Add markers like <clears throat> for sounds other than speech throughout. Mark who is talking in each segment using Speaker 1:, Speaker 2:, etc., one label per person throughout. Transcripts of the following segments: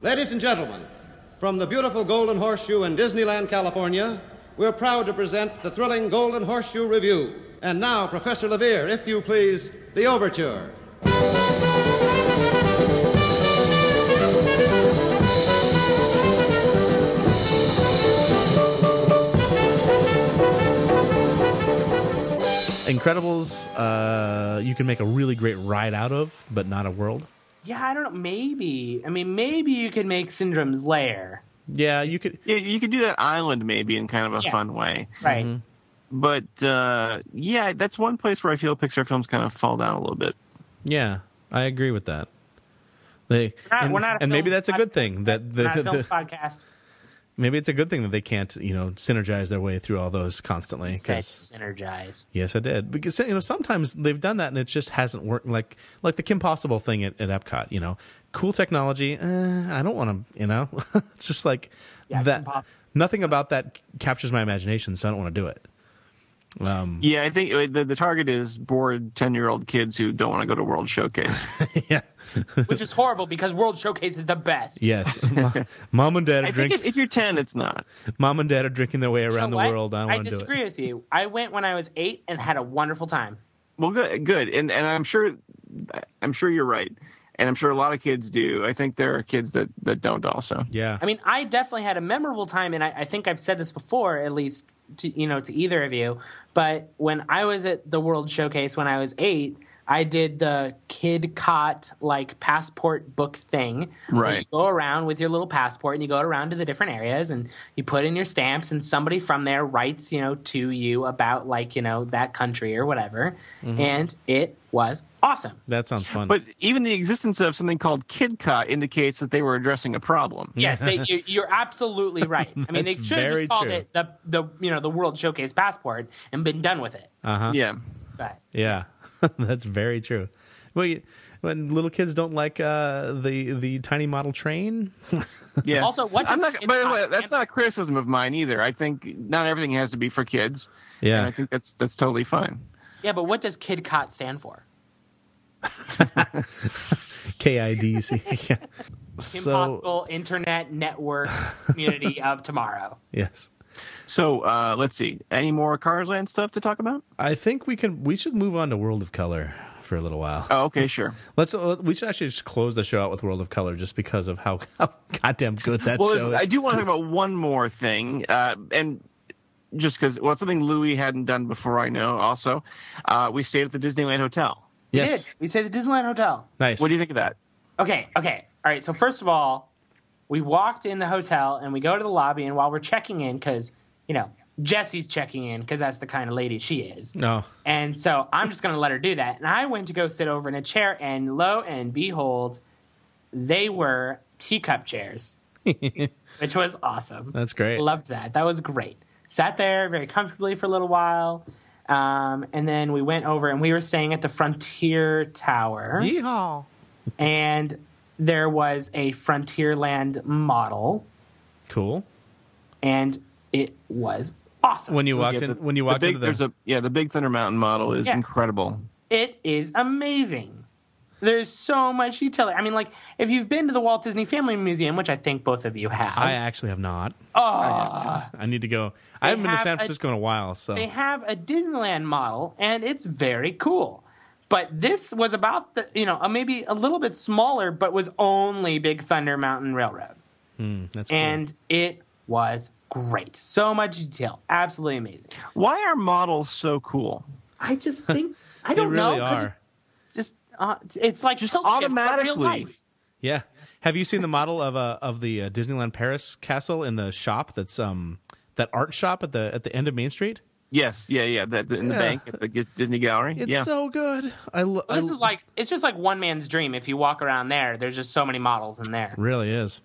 Speaker 1: Ladies and gentlemen, from the beautiful Golden Horseshoe in Disneyland, California, we're proud to present the thrilling Golden Horseshoe Review. And now, Professor Levere, if you please, the overture.
Speaker 2: Incredibles, uh, you can make a really great ride out of, but not a world.
Speaker 3: Yeah, I don't know. Maybe. I mean, maybe you could make Syndrome's lair.
Speaker 2: Yeah, you could.
Speaker 4: Yeah, you could do that island maybe in kind of a
Speaker 3: Yeah.
Speaker 4: fun way.
Speaker 3: Right.
Speaker 2: Mm-hmm.
Speaker 4: But uh, yeah, that's one place where I feel Pixar films kind of fall down a little bit.
Speaker 2: Yeah, I agree with that. They
Speaker 3: Not-
Speaker 2: and,
Speaker 3: we're not a
Speaker 2: and maybe
Speaker 3: films
Speaker 2: that's a good
Speaker 3: podcast.
Speaker 2: thing that <laughs> the,
Speaker 3: Not a film
Speaker 2: the-
Speaker 3: podcast.
Speaker 2: maybe it's a good thing that they can't you know synergize their way through all those constantly.
Speaker 3: Said
Speaker 2: 'cause-
Speaker 3: synergize.
Speaker 2: yes, I did because you know sometimes they've done that and it just hasn't worked. Like like the Kim Possible thing at, at Epcot, you know, cool technology. Eh, I don't want to, you know, <laughs> it's just like
Speaker 3: Yeah,
Speaker 2: that.
Speaker 3: Kim Possible.
Speaker 2: Nothing about that c- captures my imagination, so I don't want to do it. Um,
Speaker 4: Yeah, I think uh, the, the target is bored ten year old kids who don't want to go to
Speaker 2: <laughs>
Speaker 4: World Showcase.
Speaker 2: yeah.
Speaker 3: Which is horrible because World Showcase is the best.
Speaker 4: <laughs>
Speaker 2: Yes, Mo- mom and dad are
Speaker 4: I think
Speaker 2: drink.
Speaker 4: if, if you're ten, it's not.
Speaker 2: Mom and dad are drinking their way
Speaker 3: You know
Speaker 2: around the
Speaker 3: what?
Speaker 2: world. I don't
Speaker 3: I
Speaker 2: want to do it.
Speaker 3: disagree with you. I went when I was eight and had a wonderful time.
Speaker 4: Well, good, good, and and I'm sure, I'm sure you're right, and I'm sure a lot of kids do. I think there are kids that that don't also.
Speaker 2: Yeah,
Speaker 3: I mean, I definitely had a memorable time, and I, I think I've said this before, at least to you know to either of you. But when I was at the World Showcase when I was eight, I did the kid cot like passport book thing. where
Speaker 4: Right.
Speaker 3: you go around with your little passport, and you go around to the different areas, and you put in your stamps, and somebody from there writes you know to you about like you know that country or whatever, and it was awesome.
Speaker 2: that sounds fun.
Speaker 4: But even the existence of something called KidCot indicates that they were addressing a problem.
Speaker 3: Yes,
Speaker 2: <laughs>
Speaker 3: they, you, you're absolutely right. I mean, they
Speaker 2: That's
Speaker 3: should have
Speaker 2: very
Speaker 3: just called
Speaker 2: true.
Speaker 3: it the the you know the World Showcase Passport and been done with it.
Speaker 2: Uh. Uh-huh.
Speaker 4: Yeah.
Speaker 3: But
Speaker 2: yeah, <laughs> that's very true. Well, you, when little kids don't like uh, the the tiny model train,
Speaker 4: Yeah.
Speaker 3: Also, what
Speaker 4: I'm
Speaker 3: does
Speaker 4: not, by the
Speaker 3: KidCot
Speaker 4: way,
Speaker 3: stand
Speaker 4: that's
Speaker 3: for?
Speaker 4: not a criticism of mine either. I think not everything has to be for kids.
Speaker 2: Yeah.
Speaker 4: And I think that's that's totally fine.
Speaker 3: yeah, but what does Kid Cot stand for?
Speaker 4: <laughs>
Speaker 2: KIDC. <laughs> yeah. So
Speaker 3: Impossible Internet Network
Speaker 2: <laughs>
Speaker 3: Community of Tomorrow.
Speaker 2: yes,
Speaker 4: So uh, let's see. Any more Cars Land stuff to talk about?
Speaker 2: I think we can. We should move on to World of Color for a little while.
Speaker 4: Oh,
Speaker 2: <laughs>
Speaker 4: okay, sure.
Speaker 2: Let's. Uh, we should actually just close the show out with World of Color just because of how, <laughs> how goddamn good that show
Speaker 4: Well,
Speaker 2: is.
Speaker 4: I do want to talk about one more thing, uh, and just because, well, it's something Louis hadn't done before. I know. Also, uh, we stayed at the Disneyland Hotel.
Speaker 2: yes,
Speaker 3: Did we say the Disneyland Hotel?
Speaker 2: nice.
Speaker 4: What do you think of that?
Speaker 3: Okay, okay, all right. So first of all, we walked in the hotel and we go to the lobby, and while we're checking in, because you know Jesse's checking in because that's the kind of lady she is.
Speaker 2: No.
Speaker 3: And so I'm just going to let her do that. And I went to go sit over in a chair, and lo and behold, they were
Speaker 2: <laughs>
Speaker 3: teacup chairs, which was awesome.
Speaker 2: That's great.
Speaker 3: Loved that. That was great. Sat there very comfortably for a little while. Um, and then we went over and we were staying at the Frontier Tower.
Speaker 2: Yeehaw.
Speaker 3: And there was a Frontierland model,
Speaker 2: Cool.
Speaker 3: and it was awesome.
Speaker 2: When you walked
Speaker 4: Yes,
Speaker 2: in,
Speaker 4: the-
Speaker 2: when you
Speaker 4: the
Speaker 2: walked
Speaker 4: big-
Speaker 2: into the,
Speaker 4: there's a yeah, the Big Thunder Mountain model is
Speaker 3: Yeah.
Speaker 4: incredible.
Speaker 3: it is amazing. There's so much detail. I mean, like if you've been to the Walt Disney Family Museum, which I think both of you have,
Speaker 2: I actually have not. I need to go. I haven't been to
Speaker 3: Ah! have
Speaker 2: San
Speaker 3: a-
Speaker 2: Francisco in a while, so
Speaker 3: they have a Disneyland model, and it's very cool. But this was about the you know uh, maybe a little bit smaller, but was only Big Thunder Mountain Railroad,
Speaker 2: that's cool.
Speaker 3: and it was great. So much detail, absolutely amazing.
Speaker 4: Why are models so cool?
Speaker 3: I just think
Speaker 2: <laughs>
Speaker 3: I don't
Speaker 2: really
Speaker 3: know 'cause
Speaker 2: are.
Speaker 3: it's just uh, it's like tilt shift, but real
Speaker 4: automatically.
Speaker 3: life.
Speaker 2: yeah. Have you seen the model of uh, of the uh, Disneyland Paris castle in the shop? That's um that art shop at the at the end of Main Street.
Speaker 4: Yes, yeah, yeah. That the, in the
Speaker 2: Yeah.
Speaker 4: bank at the G- Disney Gallery.
Speaker 2: It's
Speaker 4: yeah,
Speaker 2: so good. I lo-
Speaker 3: Well, this
Speaker 2: I-
Speaker 3: is like it's just like one man's dream. If you walk around there, there's just so many models in there.
Speaker 2: really is.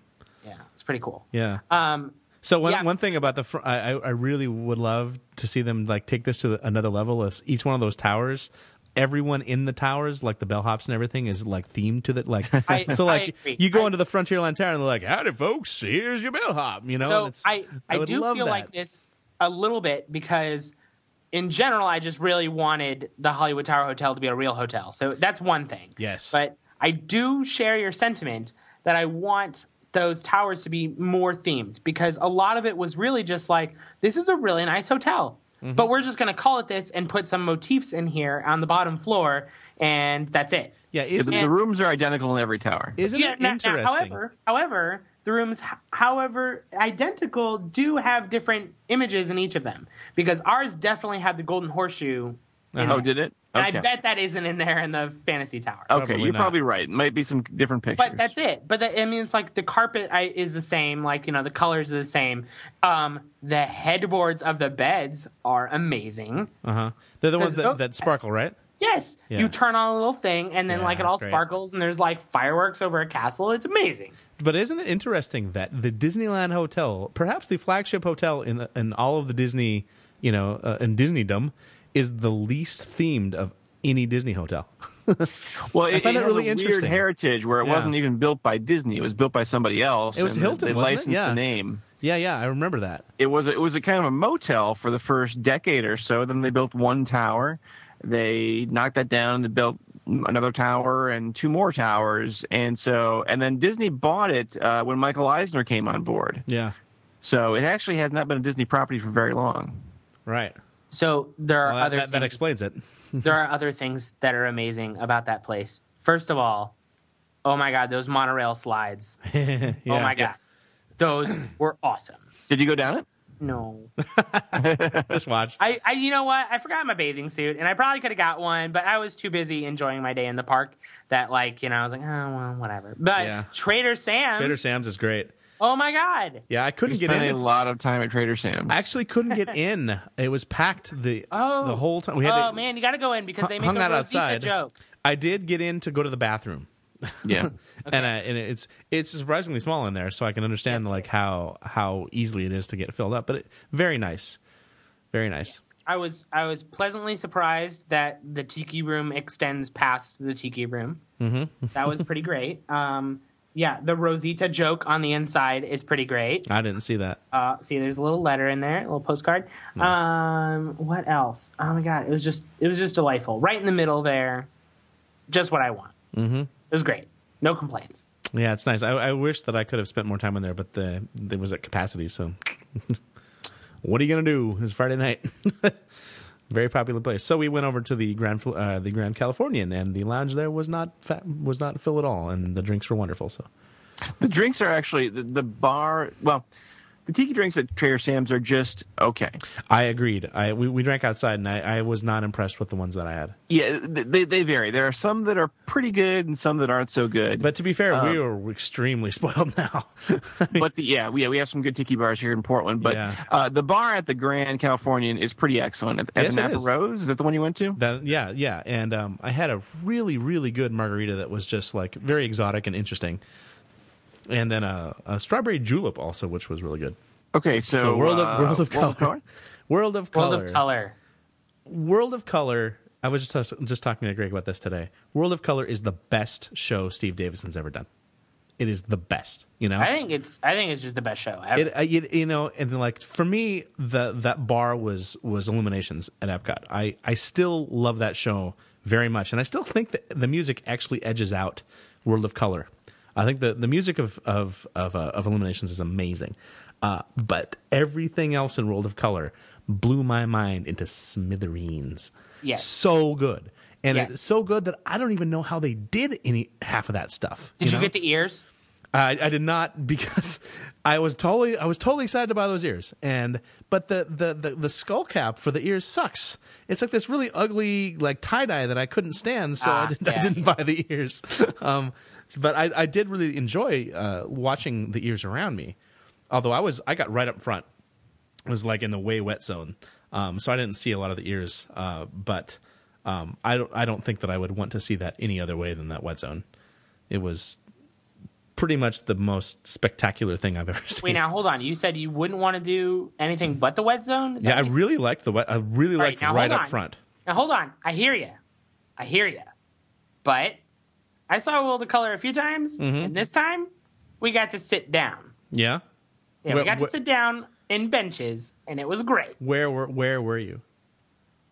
Speaker 3: Yeah, it's pretty cool.
Speaker 2: Yeah.
Speaker 3: Um,
Speaker 2: So one
Speaker 3: yeah.
Speaker 2: one thing about the fr- I I I really would love to see them like take this to the, another level. Is each one of those towers, everyone in the towers, like the bellhops and everything, is like themed to that. Like
Speaker 3: <laughs> I-
Speaker 2: so,
Speaker 3: I
Speaker 2: like
Speaker 3: agree.
Speaker 2: you go
Speaker 3: I-
Speaker 2: into the Frontierland Tower and they're like, "Howdy, folks! Here's your bellhop." You know. and
Speaker 3: so
Speaker 2: it's-
Speaker 3: I I,
Speaker 2: would
Speaker 3: do
Speaker 2: love
Speaker 3: feel
Speaker 2: that.
Speaker 3: like this a little bit because in general, I just really wanted the Hollywood Tower Hotel to be a real hotel. So that's one thing.
Speaker 2: Yes.
Speaker 3: but I do share your sentiment that I want those towers to be more themed because a lot of it was really just like this is a really nice hotel
Speaker 2: Mm-hmm.
Speaker 3: but we're just going to call it this and put some motifs in here on the bottom floor and that's it
Speaker 2: Yeah,
Speaker 4: The,
Speaker 2: isn't,
Speaker 4: the rooms are identical in every tower.
Speaker 2: isn't
Speaker 3: yeah,
Speaker 2: it
Speaker 3: now- now,
Speaker 2: interesting?
Speaker 3: however however the rooms h- however identical do have different images in each of them because ours definitely had the golden horseshoe in
Speaker 2: Uh-huh.
Speaker 4: Oh,
Speaker 3: it.
Speaker 4: did it? Oh,
Speaker 3: and i bet that isn't in there in the fantasy tower
Speaker 4: Okay,
Speaker 2: Probably
Speaker 4: you're
Speaker 2: not.
Speaker 4: probably right. Might be some different pictures.
Speaker 3: But that's it. But that, I mean, it's like the carpet I, is the same. Like you know, the colors are the same. Um, the headboards of the beds are amazing.
Speaker 2: Uh huh. They're the ones
Speaker 3: There's no-
Speaker 2: that, that sparkle, right?
Speaker 3: Yes,
Speaker 2: Yeah.
Speaker 3: you turn on a little thing, and then
Speaker 2: Yeah,
Speaker 3: like it
Speaker 2: that's
Speaker 3: all
Speaker 2: great.
Speaker 3: sparkles, and there's like fireworks over a castle. It's amazing.
Speaker 2: But isn't it interesting that the Disneyland Hotel, perhaps the flagship hotel in the, in all of the Disney, you know, uh, in Disneydom, is the least themed of any Disney
Speaker 3: <laughs>
Speaker 2: hotel.
Speaker 4: well, it,
Speaker 2: find
Speaker 4: it
Speaker 2: that
Speaker 4: has
Speaker 2: really
Speaker 4: a weird
Speaker 2: interesting.
Speaker 4: heritage where it
Speaker 2: Yeah.
Speaker 4: wasn't even built by Disney. It was built by somebody else.
Speaker 2: It was
Speaker 4: and they-
Speaker 2: Hilton,
Speaker 4: They
Speaker 2: wasn't it?
Speaker 4: licensed
Speaker 2: Yeah.
Speaker 4: the name.
Speaker 2: yeah, yeah, I remember that.
Speaker 4: it was it was a kind of a motel for the first decade or so. Then they built one tower, they knocked that down. They built another tower and two more towers, and so and then Disney bought it uh, when Michael Eisner came on board.
Speaker 2: Yeah,
Speaker 4: So it actually has not been a Disney property for very long.
Speaker 2: right.
Speaker 3: So there are
Speaker 2: Well, that,
Speaker 3: other
Speaker 2: that, that
Speaker 3: things-
Speaker 2: explains it.
Speaker 3: there are other things that are amazing about that place. First of all, oh my god, those
Speaker 2: <laughs>
Speaker 3: monorail slides.
Speaker 2: Yeah.
Speaker 3: <laughs> Oh my god, those were awesome.
Speaker 4: Did you go down it?
Speaker 3: No.
Speaker 2: Just watch.
Speaker 3: I, I you know what? I forgot my bathing suit, and I probably could have got one, but I was too busy enjoying my day in the park that, like, you know, I was like, oh well, whatever. But
Speaker 2: Yeah.
Speaker 3: Trader Sam's,
Speaker 2: Trader Sam's is great.
Speaker 3: oh my god,
Speaker 2: Yeah, I
Speaker 4: We
Speaker 2: couldn't get
Speaker 4: spent a
Speaker 2: in.
Speaker 4: lot of time at Trader
Speaker 2: <laughs>
Speaker 4: Sam's.
Speaker 2: I actually couldn't
Speaker 3: <laughs>
Speaker 2: get in. It was packed the
Speaker 3: Oh.
Speaker 2: the whole time. We had
Speaker 3: oh
Speaker 2: to-
Speaker 3: man, you got to go in because they make
Speaker 2: hung
Speaker 3: a
Speaker 2: out
Speaker 3: Rosita
Speaker 2: outside.
Speaker 3: joke.
Speaker 2: I did get in to go to the bathroom.
Speaker 4: yeah.
Speaker 2: and, I, and it's it's surprisingly small in there, so I can understand
Speaker 3: Yes, it
Speaker 2: like
Speaker 3: is.
Speaker 2: how how easily it is to get filled up. But it, very nice, very nice.
Speaker 3: I was I was pleasantly surprised that the tiki room extends past the tiki room. Mm-hmm. that was
Speaker 2: <laughs>
Speaker 3: pretty great. Um, yeah, the Rosita joke on the inside is pretty great.
Speaker 2: I didn't see that.
Speaker 3: Uh, see, there's a little letter in there, a little postcard. Um, what else? Oh my god, it was just it was just delightful. Right in the middle there, just what I want. Mm-hmm. It was great. No complaints.
Speaker 2: yeah, it's nice. I, I wish that I could have spent more time in there, but the it was at capacity. So, <laughs> what are you gonna do? It's Friday night. <laughs> very popular place. So we went over to the Grand Fl- uh, the Grand Californian, and the lounge there was not fa- was not full at all, and the drinks were wonderful. So
Speaker 4: <laughs> The drinks are actually the, the bar. Well, the tiki drinks at Trader Sam's are just okay.
Speaker 2: I agreed. I we, we drank outside, and I, I was not impressed with the ones that I had.
Speaker 4: Yeah, they they vary. There are some that are pretty good and some that aren't so good.
Speaker 2: But to be fair, we were extremely <laughs> spoiled now.
Speaker 4: <laughs> but the, yeah, we, yeah, we have some good tiki bars here in Portland. But
Speaker 2: Yeah.
Speaker 4: uh, the bar at the Grand Californian is pretty excellent. At, at
Speaker 2: Yes, it
Speaker 4: the Napa
Speaker 2: is.
Speaker 4: Rose, is that the one you went to?
Speaker 2: That- yeah, yeah. And um, I had a really, really good margarita that was just like very exotic and interesting. And then a, a strawberry julep also, which was really good.
Speaker 4: Okay, so,
Speaker 2: world
Speaker 4: uh,
Speaker 2: of world of color, <laughs> world of color,
Speaker 3: World of color.
Speaker 2: World of Color. I was just uh, just talking to Greg about this today. World of Color is the best show Steve Davison's ever done. It is the best. You know,
Speaker 3: I think it's I think it's just the best show ever.
Speaker 2: it, I- it you know and then like for me the that bar was was illuminations at epcot i i still love that show very much and i still think that the music actually edges out world of color i think the the music of of of, uh, of illuminations is amazing uh, but everything else in world of color blew my mind into smithereens
Speaker 3: Yes.
Speaker 2: so good and
Speaker 3: Yes.
Speaker 2: it's so good that i don't even know how they did any half of that stuff
Speaker 3: Did you,
Speaker 2: know?
Speaker 3: get the ears?
Speaker 2: I, I did not <laughs> because I was totally I was totally excited to buy those ears and but the the the, the skull cap for the ears sucks. It's like this really ugly like tie dye that I couldn't stand, so
Speaker 3: Ah,
Speaker 2: I, didn't, I
Speaker 3: yeah,
Speaker 2: didn't buy the ears. <laughs> um, but I, I did really enjoy uh, watching the ears around me, although I was I got right up front was like in the way wet zone. Um, so I didn't see a lot of the ears, uh, but um, I don't. I don't think that I would want to see that any other way than that wet zone. It was pretty much the most spectacular thing I've <laughs> ever seen.
Speaker 3: Wait, now hold on. You said you wouldn't want to do anything but the wet zone. Is that
Speaker 2: yeah, I
Speaker 3: what you said?
Speaker 2: really liked the wet. I really
Speaker 3: All
Speaker 2: liked
Speaker 3: now
Speaker 2: right
Speaker 3: hold
Speaker 2: up
Speaker 3: on.
Speaker 2: front.
Speaker 3: Now hold on, I hear you, I hear you, but I saw World of Color a few times,
Speaker 2: Mm-hmm.
Speaker 3: and this time we got to sit down.
Speaker 2: Yeah.
Speaker 3: Yeah,
Speaker 2: Where-
Speaker 3: we got
Speaker 2: where-
Speaker 3: to sit down in benches, and it was great.
Speaker 2: Where were Where were you?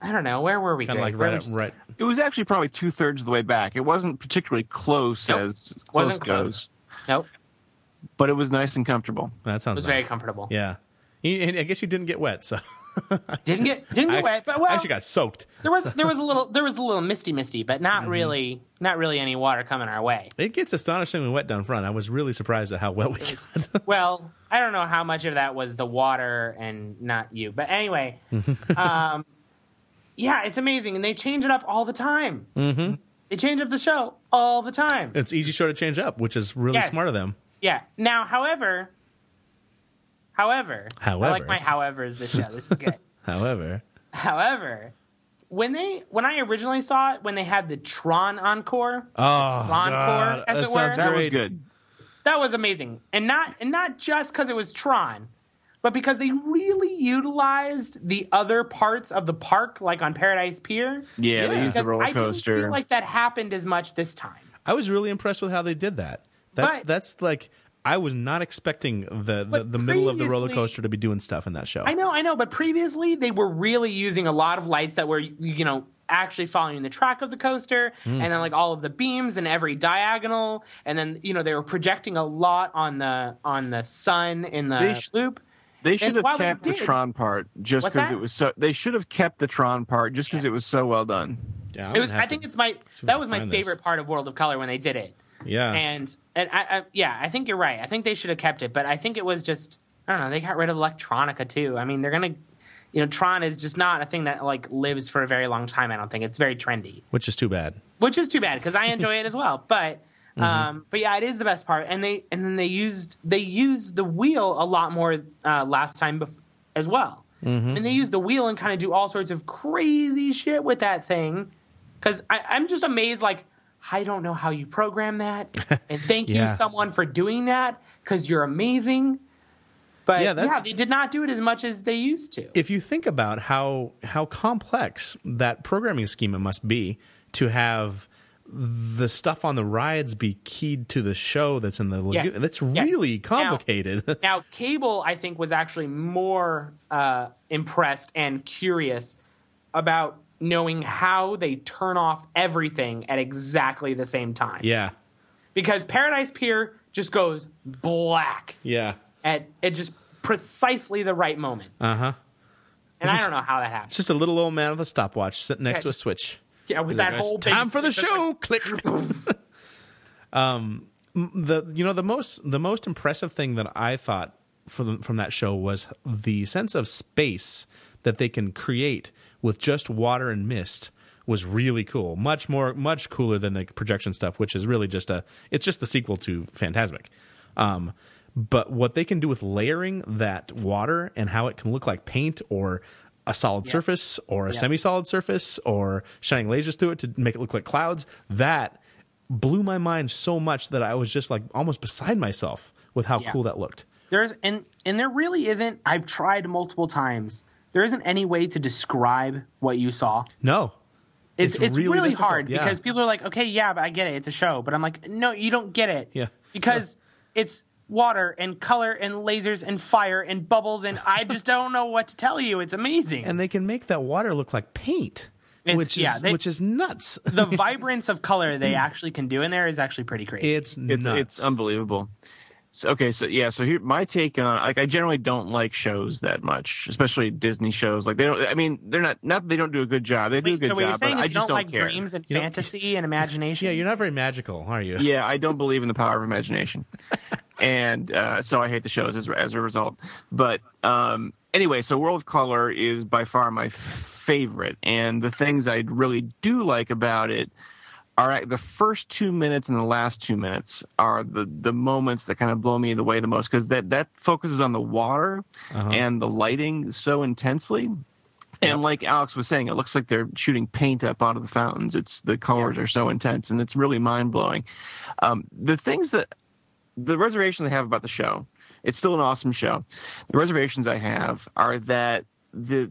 Speaker 3: I don't know where were we?
Speaker 2: Kind of
Speaker 3: Greg?
Speaker 2: like
Speaker 3: Where
Speaker 2: right up
Speaker 3: was this-
Speaker 2: right.
Speaker 4: It was actually probably two thirds of the way back. It wasn't particularly close
Speaker 3: Nope.
Speaker 4: as close
Speaker 3: Wasn't
Speaker 4: goes.
Speaker 3: Nope.
Speaker 4: but it was nice and comfortable.
Speaker 2: That sounds
Speaker 3: It was
Speaker 2: nice.
Speaker 3: very comfortable.
Speaker 2: Yeah. You- And I guess you didn't get wet, so
Speaker 3: Didn't get
Speaker 2: <laughs>
Speaker 3: didn't
Speaker 2: I
Speaker 3: get
Speaker 2: actually,
Speaker 3: wet, but
Speaker 2: I
Speaker 3: well,
Speaker 2: actually got soaked.
Speaker 3: there was
Speaker 2: <laughs>
Speaker 3: there was a little there was a little misty misty, but not
Speaker 2: Mm-hmm.
Speaker 3: really not really any water coming our way.
Speaker 2: It gets astonishingly wet down front. I was really surprised at how wet we <laughs> got.
Speaker 3: well, I don't know how much of that was the water and not you,
Speaker 2: <laughs>
Speaker 3: but anyway, um, yeah, it's amazing, and they change it up all the time. Mm-hmm. They change up the show all the time.
Speaker 2: It's easy show to change up, which is really
Speaker 3: Yes.
Speaker 2: smart of them.
Speaker 3: Yeah. Now, however, however, I
Speaker 2: However.
Speaker 3: like my howevers this show. This is
Speaker 2: <laughs>
Speaker 3: good.
Speaker 2: However,
Speaker 3: however, when they when I originally saw it, when they had the Tron encore,
Speaker 2: oh, God,
Speaker 3: as
Speaker 2: that
Speaker 3: it
Speaker 2: sounds
Speaker 3: were.
Speaker 4: That
Speaker 2: great.
Speaker 4: was good.
Speaker 3: that was amazing, and not and not just because it was Tron. But because they really utilized the other parts of the park, like on Paradise Pier,
Speaker 4: Yeah, they used the
Speaker 3: because
Speaker 4: roller
Speaker 3: I didn't
Speaker 4: coaster.
Speaker 3: feel like that happened as much this time.
Speaker 2: I was really impressed with how they did that. That's
Speaker 3: But-
Speaker 2: that's like I was not expecting the the,
Speaker 3: But
Speaker 2: the middle of the roller
Speaker 3: previously-
Speaker 2: coaster to be doing stuff in that show.
Speaker 3: I know, I know, but previously they were really using a lot of lights that were, you know, actually following the track of the coaster,
Speaker 4: Hmm.
Speaker 3: and then like all of the beams and every diagonal, and then you know they were projecting a lot on the on the sun in the
Speaker 4: They sh-
Speaker 3: loop.
Speaker 4: They should
Speaker 3: And
Speaker 4: have
Speaker 3: while they
Speaker 4: kept the
Speaker 3: did-
Speaker 4: Tron part just
Speaker 3: What's
Speaker 4: because
Speaker 3: that?
Speaker 4: it was so. They should have kept the Tron part just because
Speaker 3: Yes.
Speaker 4: it was so well done.
Speaker 2: Yeah,
Speaker 3: It was, I think it's my
Speaker 2: see if I
Speaker 3: that
Speaker 2: can
Speaker 3: was my
Speaker 2: find this.
Speaker 3: favorite part of World of Color when they did it,
Speaker 2: yeah.
Speaker 3: and and I, I yeah, I think you're right. I think they should have kept it, but I think it was just I don't know. They got rid of electronica too. I mean, they're gonna. You know, Tron is just not a thing that like lives for a very long time. I don't think it's very trendy.
Speaker 2: which is too bad.
Speaker 3: which is too bad because I enjoy it
Speaker 2: <laughs>
Speaker 3: as well. But
Speaker 2: Mm-hmm.
Speaker 3: um, but yeah, it is the best part. And they and then they used they used the wheel a lot more uh, last time bef- as well.
Speaker 2: Mm-hmm.
Speaker 3: And they use the wheel and kind of do all sorts of crazy shit with that thing. Because I'm just amazed, like I don't know how you
Speaker 2: <laughs>
Speaker 3: program that. And thank
Speaker 2: Yeah.
Speaker 3: you, someone, for doing that because you're amazing. But
Speaker 2: Yeah,
Speaker 3: yeah,
Speaker 2: that's-
Speaker 3: they did not do it as much as they used to.
Speaker 2: if you think about how how complex that programming schema must be to have the stuff on the rides be keyed to the show that's in the lagoon,
Speaker 3: Yes.
Speaker 2: that's
Speaker 3: Yes.
Speaker 2: really
Speaker 3: Now- <laughs>
Speaker 2: complicated.
Speaker 3: Now, Cable, I think, was actually more uh, impressed and curious about knowing how they turn off everything at exactly the same time.
Speaker 2: yeah,
Speaker 3: Because Paradise Pier just goes black
Speaker 2: yeah,
Speaker 3: at, at just precisely the right moment.
Speaker 2: uh huh.
Speaker 3: and I don't know how that
Speaker 2: It's
Speaker 3: happened.
Speaker 2: just a little old man with a stopwatch sitting next
Speaker 3: Yeah,
Speaker 2: to a
Speaker 3: just-
Speaker 2: switch.
Speaker 3: Yeah, with
Speaker 2: Like,
Speaker 3: that
Speaker 2: "It's
Speaker 3: whole
Speaker 2: time
Speaker 3: big-
Speaker 2: for the
Speaker 3: that's
Speaker 2: show.
Speaker 3: like-
Speaker 2: Click.
Speaker 3: <laughs>
Speaker 2: um, m- the you know the most the most impressive thing that I thought from from that show was the sense of space that they can create with just water and mist was really cool. Much more much cooler than the projection stuff, which is really just a it's just the sequel to Phantasmic. Um, but what they can do with layering that water and how it can look like paint or a solid surface or a semi-solid surface or shining lasers through it to make it look like clouds that blew my mind so much that i was just like almost beside myself with how
Speaker 3: Yeah.
Speaker 2: cool that looked
Speaker 3: There's and and there really isn't. I've tried multiple times. There isn't any way to describe what you saw.
Speaker 2: no
Speaker 3: It's
Speaker 2: It's
Speaker 3: it's,
Speaker 2: really
Speaker 3: really,
Speaker 2: difficult,
Speaker 3: hard
Speaker 2: yeah.
Speaker 3: because people are like, okay, yeah, but I get it. It's a show, but I'm like, no, you don't get it.
Speaker 2: Yeah.
Speaker 3: because it's water and color and lasers and fire and bubbles and I just don't know what to tell you. It's amazing.
Speaker 2: and they can make that water look like paint
Speaker 3: It's-
Speaker 2: which is
Speaker 3: yeah, they-
Speaker 2: which is nuts <laughs>
Speaker 3: the vibrance of color they actually can do in there is actually pretty crazy.
Speaker 2: it's,
Speaker 4: It's
Speaker 2: nuts
Speaker 4: it's unbelievable. So, okay, so yeah, so here my take on like I generally don't like shows that much, especially Disney shows. Like they don't. I mean, they're not not that they don't do a good job. They do a
Speaker 3: Wait,
Speaker 4: good
Speaker 3: so what
Speaker 4: job.
Speaker 3: you're saying
Speaker 4: but
Speaker 3: is
Speaker 4: I
Speaker 3: you
Speaker 4: just
Speaker 3: don't, like
Speaker 4: care.
Speaker 3: dreams and
Speaker 2: You don't-
Speaker 3: fantasy and imagination?
Speaker 2: yeah you're not very magical are you
Speaker 4: yeah, I don't believe in the power of imagination, and uh, so I hate the shows as as a result. But um, anyway, so World of Color is by far my favorite, and the things I really do like about it are act- the first two minutes and the last two minutes are the the moments that kind of blow me away the most because that that focuses on the water and the lighting so intensely and like Alex was saying, it looks like they're shooting paint up out of the fountains. It's the colors are so intense, and it's really mind blowing. Um, the things that the reservations I have about the show, it's still an awesome show. The reservations I have are that the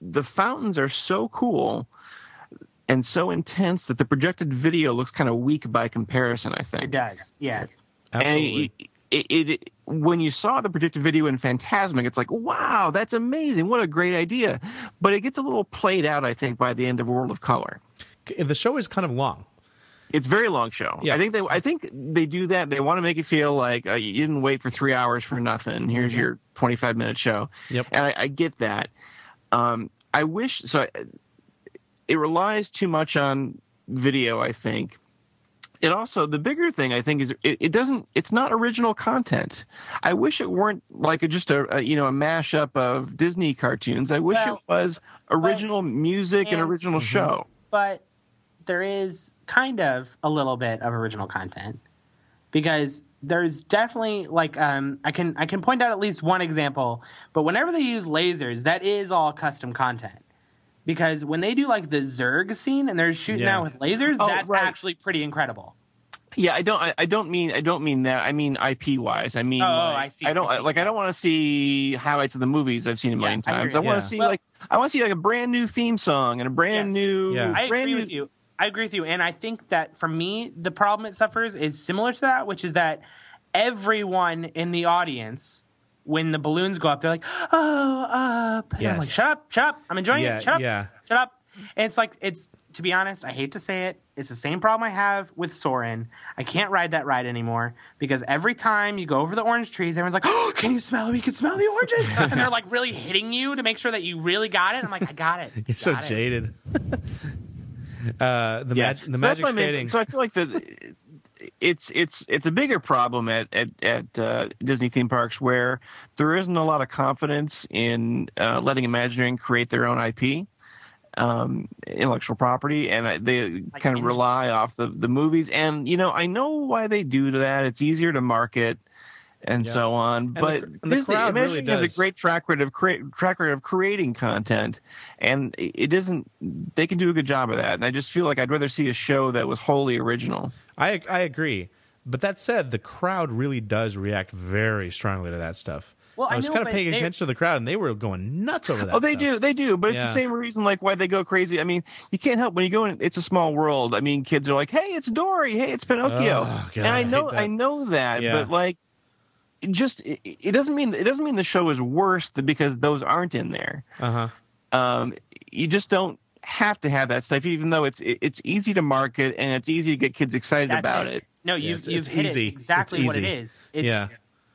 Speaker 4: the fountains are so cool and so intense that the projected video looks kind of weak by comparison. I think
Speaker 3: it does. Yes.
Speaker 2: absolutely
Speaker 4: and it, it, it, when you saw the predictive video in Phantasmic, it's like, wow, that's amazing. What a great idea. But it gets a little played out, I think, by the end of World of Color.
Speaker 2: the show is kind of long
Speaker 4: It's a very long show.
Speaker 2: Yeah.
Speaker 4: I think they I think they do that. They want to make it feel like uh, you didn't wait for three hours for nothing. Here's your 25 minute show.
Speaker 2: Yep.
Speaker 4: And I, I get that. Um, I wish so. uh, It relies too much on video. I think. It also the bigger thing I think is it, it doesn't. It's not original content. I wish it weren't like a, just a, a you know a mashup of Disney cartoons. I wish
Speaker 3: Well,
Speaker 4: it was original music and
Speaker 3: and-
Speaker 4: original
Speaker 2: Mm-hmm.
Speaker 4: show.
Speaker 3: but there is kind of a little bit of original content because there's definitely like um, I can I can point out at least one example. But whenever they use lasers, that is all custom content because when they do like the Zerg scene and they're shooting
Speaker 2: Yeah.
Speaker 3: out with lasers,
Speaker 4: Oh,
Speaker 3: that's
Speaker 4: right.
Speaker 3: actually pretty incredible.
Speaker 4: Yeah, I don't. I, I don't mean. I don't mean that. I mean IP wise. I mean.
Speaker 3: Oh,
Speaker 4: like,
Speaker 3: I see,
Speaker 4: I don't
Speaker 3: I see,
Speaker 4: like. I don't
Speaker 3: yes.
Speaker 4: want to see highlights of the movies I've seen a
Speaker 3: Yeah,
Speaker 4: million
Speaker 3: I hear
Speaker 4: times. I,
Speaker 3: you.
Speaker 4: want
Speaker 2: Yeah.
Speaker 4: to see
Speaker 3: Well-
Speaker 4: like. I want to see like a brand new theme song and a brand
Speaker 3: Yes.
Speaker 4: new.
Speaker 2: Yeah.
Speaker 3: I
Speaker 4: brand
Speaker 3: agree
Speaker 4: new-
Speaker 3: with you. I agree with you. And I think that for me, the problem it suffers is similar to that, which is that everyone in the audience, when the balloons go up, they're like, oh, up. And I'm like,
Speaker 2: Yes.
Speaker 3: shut up, shut up. I'm enjoying
Speaker 2: Yeah,
Speaker 3: it. Shut up.
Speaker 2: yeah.
Speaker 3: Shut up. And it's like, it's, to be honest, I hate to say it. It's the same problem I have with Soren. I can't ride that ride anymore because every time you go over the orange trees, everyone's like, oh, can you smell them? You can smell the
Speaker 2: <laughs>
Speaker 3: oranges. and they're like really hitting you to make sure that you really got it. I'm like, I got it.
Speaker 2: You're so
Speaker 3: Got it."
Speaker 2: jaded. <laughs> uh, the mag-
Speaker 4: Yeah.
Speaker 2: the
Speaker 4: So that's
Speaker 2: magic's
Speaker 4: my main-
Speaker 2: fading.
Speaker 4: so I feel like the. It's it's it's a bigger problem at at, at uh, Disney theme parks where there isn't a lot of confidence in uh, letting Imagineering create their own IP, um, intellectual property, and I, they kind of
Speaker 3: engine-
Speaker 4: rely off the the movies. And you know, I know why they do that. It's easier to market and
Speaker 2: Yeah.
Speaker 4: so on.
Speaker 2: the
Speaker 4: but
Speaker 2: cr- and the
Speaker 4: Disney
Speaker 2: crowd really
Speaker 4: Imagineering has
Speaker 2: does.
Speaker 4: a great track record of crea- track record of creating content, and it isn't. They can do a good job of that, and I just feel like I'd rather see a show that was wholly original.
Speaker 2: I I agree. But that said, the crowd really does react very strongly to that stuff.
Speaker 3: Well, I
Speaker 2: was
Speaker 3: know,
Speaker 2: kind of
Speaker 3: but
Speaker 2: paying
Speaker 3: they-
Speaker 2: attention to the crowd, and they were going nuts over that.
Speaker 4: Oh, they
Speaker 2: stuff.
Speaker 4: do, they do, but it's
Speaker 2: Yeah.
Speaker 4: the same reason like why they go crazy. I mean, you can't help when you go in. It's a small world. I mean, kids are like, "Hey, it's Dory. Hey, it's Pinocchio."
Speaker 2: Oh, God,
Speaker 4: and
Speaker 2: I
Speaker 4: I
Speaker 2: hate
Speaker 4: know,
Speaker 2: that.
Speaker 4: I, know that,
Speaker 2: Yeah.
Speaker 4: but like, it just it, it doesn't mean it doesn't mean the show is worse th- because those aren't in there.
Speaker 2: Uh huh.
Speaker 4: um, you just don't have to have that stuff, even though it's it- it's easy to market and it's easy to get kids excited
Speaker 3: That's
Speaker 4: about it.
Speaker 3: No,
Speaker 2: Yeah,
Speaker 3: you've
Speaker 2: it's-
Speaker 3: you've
Speaker 2: it's
Speaker 3: hit
Speaker 2: easy.
Speaker 3: it exactly
Speaker 2: It's
Speaker 3: what it
Speaker 2: easy.
Speaker 3: is. It's
Speaker 2: Yeah.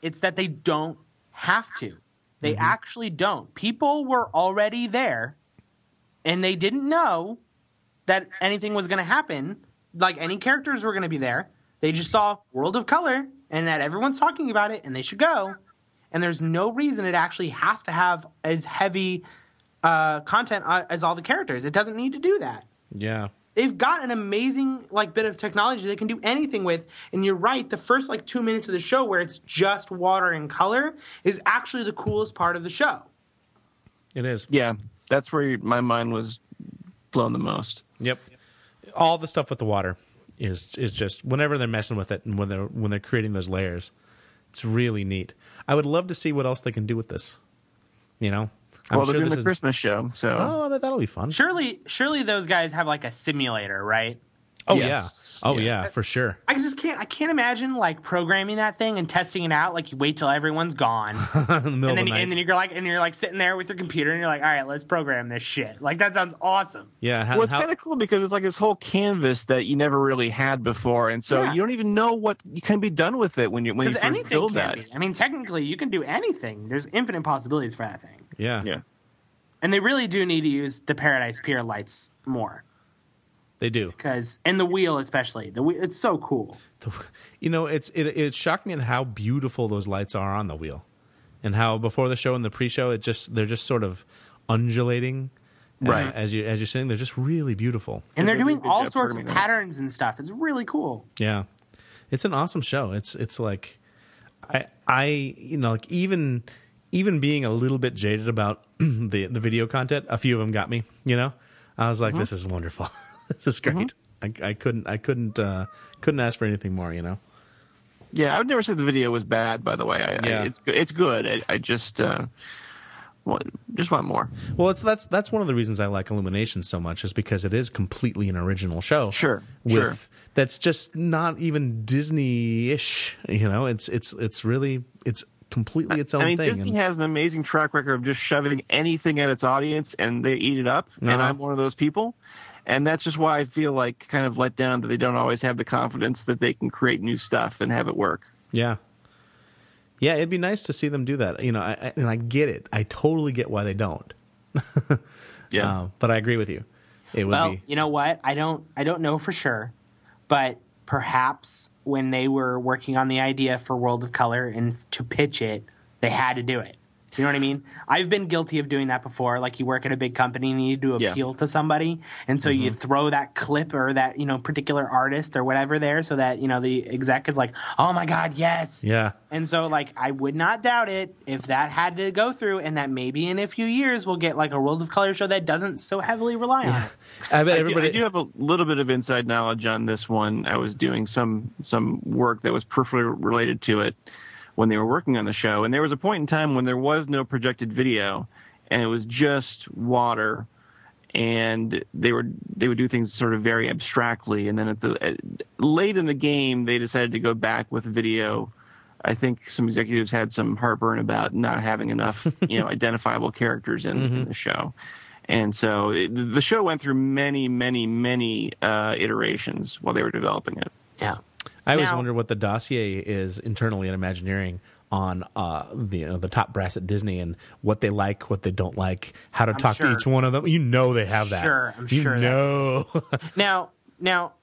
Speaker 3: it's that they don't have to. They
Speaker 2: Mm-hmm.
Speaker 3: actually don't. People were already there and they didn't know that anything was going to happen, like any characters were going to be there. They just saw World of Color and that everyone's talking about it and they should go. And there's no reason it actually has to have as heavy uh, content uh, as all the characters. It doesn't need to do that
Speaker 2: Yeah.
Speaker 3: they've got an amazing like bit of technology they can do anything with and you're right the first like two minutes of the show where it's just water and color is actually the coolest part of the show
Speaker 2: It is.
Speaker 4: Yeah, that's where my mind was blown the most.
Speaker 2: Yep. All the stuff with the water is is just whenever they're messing with it and when they're when they're creating those layers, it's really neat. I would love to see what else they can do with this. You know, I'm
Speaker 4: well, they're doing
Speaker 2: this
Speaker 4: the
Speaker 2: is-
Speaker 4: Christmas show, so
Speaker 2: Oh, I bet that'll be fun.
Speaker 3: surely surely those guys have like a simulator right
Speaker 2: Oh
Speaker 4: Yes.
Speaker 2: yeah. Oh
Speaker 4: Yeah.
Speaker 2: yeah, for sure. <laughs>
Speaker 3: i just can't i can't imagine like programming that thing and testing it out like you wait till everyone's gone
Speaker 2: In the middle
Speaker 3: and
Speaker 2: of
Speaker 3: then
Speaker 2: the
Speaker 3: you-
Speaker 2: night.
Speaker 3: and then you're like and you're like sitting there with your computer and you're like all right let's program this shit like that sounds awesome
Speaker 2: yeah. How,
Speaker 4: well, it's
Speaker 2: how-
Speaker 4: kind of cool because it's like this whole canvas that you never really had before, and so
Speaker 3: Yeah.
Speaker 4: you don't even know what you can be done with it when you when you
Speaker 3: because
Speaker 4: first
Speaker 3: anything
Speaker 4: build
Speaker 3: can
Speaker 4: that.
Speaker 3: be. i mean technically you can do anything there's infinite possibilities for that thing
Speaker 2: yeah.
Speaker 4: Yeah,
Speaker 3: and they really do need to use the Paradise Pier lights more
Speaker 2: They do.
Speaker 3: because and the wheel especially the wheel, it's so cool.
Speaker 2: you know it's it, it shocked me at how beautiful those lights are on the wheel and how before the show and the pre-show it just they're just sort of undulating uh,
Speaker 4: Right.
Speaker 2: as you as you're sitting they're just really beautiful
Speaker 3: And they're
Speaker 4: They really
Speaker 3: doing
Speaker 4: did
Speaker 3: all
Speaker 4: that
Speaker 3: sorts of
Speaker 4: programming.
Speaker 3: patterns and stuff. It's really cool.
Speaker 2: yeah it's an awesome show it's it's like i i you know like even even being a little bit jaded about <clears throat> the the video content a few of them got me you know i was like this is wonderful <laughs> this is great I, I couldn't i couldn't uh couldn't ask for anything more you know
Speaker 4: yeah. I would never say the video was bad. By the way, I,
Speaker 2: Yeah.
Speaker 4: I, it's go- it's good. I, I just uh, want, just want more.
Speaker 2: Well, it's that's that's one of the reasons I like Illumination so much is because it is completely an original show.
Speaker 4: Sure,
Speaker 2: with,
Speaker 4: sure.
Speaker 2: That's just not even Disney-ish. You know, it's it's it's really it's completely its own
Speaker 4: I mean,
Speaker 2: thing.
Speaker 4: Disney
Speaker 2: and it's-
Speaker 4: has an amazing track record of just shoving anything at its audience and they eat it up. And
Speaker 2: Uh-huh.
Speaker 4: I'm one of those people. And that's just why I feel like kind of let down that they don't always have the confidence that they can create new stuff and have it work.
Speaker 2: Yeah. Yeah, it'd be nice to see them do that. You know, I, I, and I get it. I totally get why they don't.
Speaker 4: Yeah.
Speaker 2: Uh, but I agree with you. It would
Speaker 3: Well,
Speaker 2: be.
Speaker 3: you know what? I don't I don't know for sure, but perhaps when they were working on the idea for World of Color and f- to pitch it, they had to do it. You know what I mean? I've been guilty of doing that before. Like you work at a big company and you need to
Speaker 4: Yeah.
Speaker 3: appeal to somebody, and so
Speaker 2: Mm-hmm.
Speaker 3: you throw that clip or that you know particular artist or whatever there, so that you know the exec is like, "Oh my god, yes!"
Speaker 2: Yeah.
Speaker 3: And so, like, I would not doubt it if that had to go through, and that maybe in a few years we'll get like a World of Color show that doesn't so heavily rely on it.
Speaker 2: I bet
Speaker 4: I do-
Speaker 2: everybody.
Speaker 4: I do have a little bit of inside knowledge on this one. I was doing some some work that was peripherally related to it when they were working on the show, and there was a point in time when there was no projected video, and it was just water, and they were they would do things sort of very abstractly, and then at the at, late in the game they decided to go back with video. I think some executives had some heartburn about not having enough, you know, identifiable characters in, in the show, and so it, the show went through many, many, many uh, iterations while they were developing it.
Speaker 3: Yeah.
Speaker 2: I always
Speaker 3: Now-
Speaker 2: wonder what the dossier is internally at Imagineering on uh, the you know, the top brass at Disney and what they like, what they don't like, how to talk
Speaker 3: sure.
Speaker 2: to each one of them. You know they have that.
Speaker 3: Sure, I'm
Speaker 2: you
Speaker 3: sure that's-
Speaker 2: know.
Speaker 3: <laughs>
Speaker 2: <laughs>
Speaker 3: Now, now,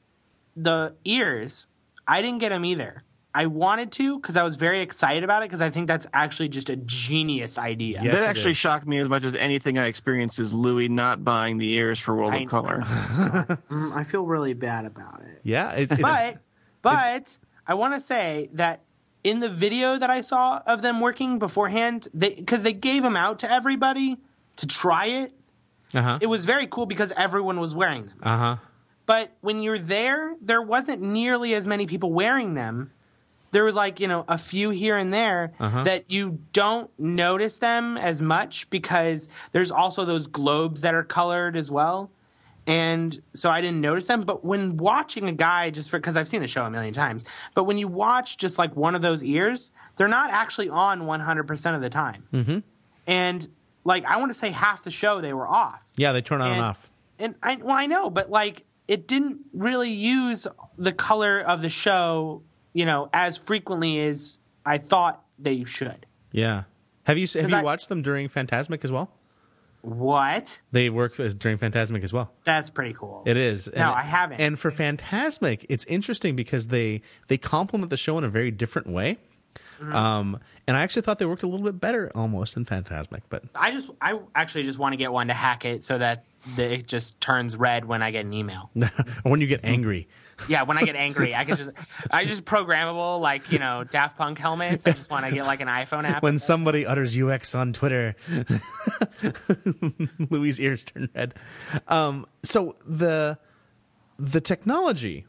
Speaker 3: the ears, I didn't get them either. I wanted to because I was very excited about it because I think that's actually just a genius idea.
Speaker 2: Yes,
Speaker 4: that
Speaker 2: it
Speaker 4: actually
Speaker 2: is.
Speaker 4: shocked me as much as anything I experienced is Louis not buying the ears for World
Speaker 3: I-
Speaker 4: of Color.
Speaker 3: Mm, I feel really bad about it.
Speaker 2: yeah, it's, it's
Speaker 3: But, but I want to say that in the video that I saw of them working beforehand, because they, gave them out to everybody to try it,
Speaker 2: uh-huh.
Speaker 3: it was very cool because everyone was wearing them.
Speaker 2: uh huh.
Speaker 3: But when you're there, there wasn't nearly as many people wearing them. There was like, you know, a few here and there
Speaker 2: Uh-huh.
Speaker 3: that you don't notice them as much because there's also those globes that are colored as well. And so I didn't notice them. But when watching a guy, just because I've seen the show a million times, but when you watch just like one of those ears, they're not actually on 100% of the time.
Speaker 2: Mm-hmm.
Speaker 3: And like, I want to say half the show they were off
Speaker 2: Yeah, they turn on and, off.
Speaker 3: and I well, I know, but like it didn't really use the color of the show, you know, as frequently as I thought they should.
Speaker 2: Yeah. Have you have you
Speaker 3: I-
Speaker 2: watched them during Fantasmic as well?
Speaker 3: What?
Speaker 2: They work as, during Fantasmic as well.
Speaker 3: That's pretty cool.
Speaker 2: It is. No,
Speaker 3: I haven't.
Speaker 2: And for Fantasmic, it's interesting because they they complement the show in a very different way.
Speaker 3: Mm-hmm.
Speaker 2: Um, and I actually thought they worked a little bit better almost in Fantasmic, but
Speaker 3: I just I actually just want to get one to hack it so that the, it just turns red when I get an email.
Speaker 2: or when you get angry.
Speaker 3: Yeah, when I get angry, I can just I just programmable like you know Daft Punk helmets. I just want to get like an iPhone
Speaker 2: <laughs>
Speaker 3: app.
Speaker 2: When somebody utters UX on Twitter, <laughs> Louis' ears turn red. Um, so the the technology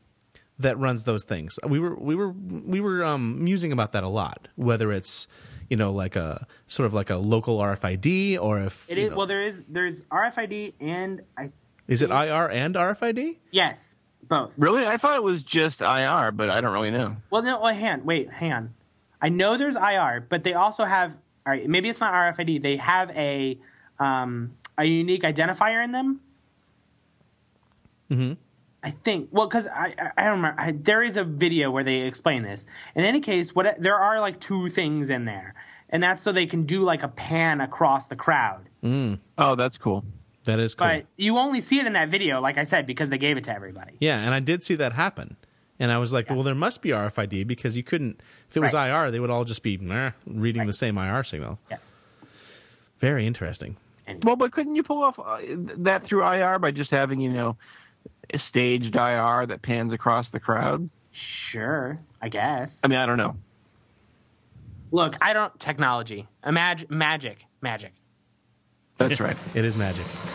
Speaker 2: that runs those things, we were we were we were um, musing about that a lot. Whether it's you know like a sort of like a local RFID or if
Speaker 3: it
Speaker 2: you
Speaker 3: is
Speaker 2: know-
Speaker 3: well, there is there's RFID and I
Speaker 2: Is it IR and RFID?
Speaker 3: yes both.
Speaker 4: really? I thought it was just IR, but I don't really know.
Speaker 3: Well, no, well, hang on. Wait, hang on. I know there's IR, but they also have. All right, maybe it's not RFID. They have a um, a unique identifier in them. I think. Well, because I, I I don't remember. I, there is a video where they explain this. In any case, what there are like two things in there, and that's so they can do like a pan across the crowd.
Speaker 4: Oh, that's cool.
Speaker 2: That is cool.
Speaker 3: But you only see it in that video, like I said, because they gave it to everybody.
Speaker 2: Yeah, and I did see that happen. And I was like, well, there must be RFID because you couldn't, if it was
Speaker 3: Right.
Speaker 2: IR, they would all just be "Nah," reading the same IR signal.
Speaker 3: Yes.
Speaker 2: Very interesting.
Speaker 4: Well, but couldn't you pull off uh, th- that through IR by just having, you know, a staged IR that pans across the crowd?
Speaker 3: Sure. I guess.
Speaker 4: I mean, I don't know.
Speaker 3: Look, I don't technology. Imag- magic, magic.
Speaker 4: That's right.
Speaker 2: It is magic.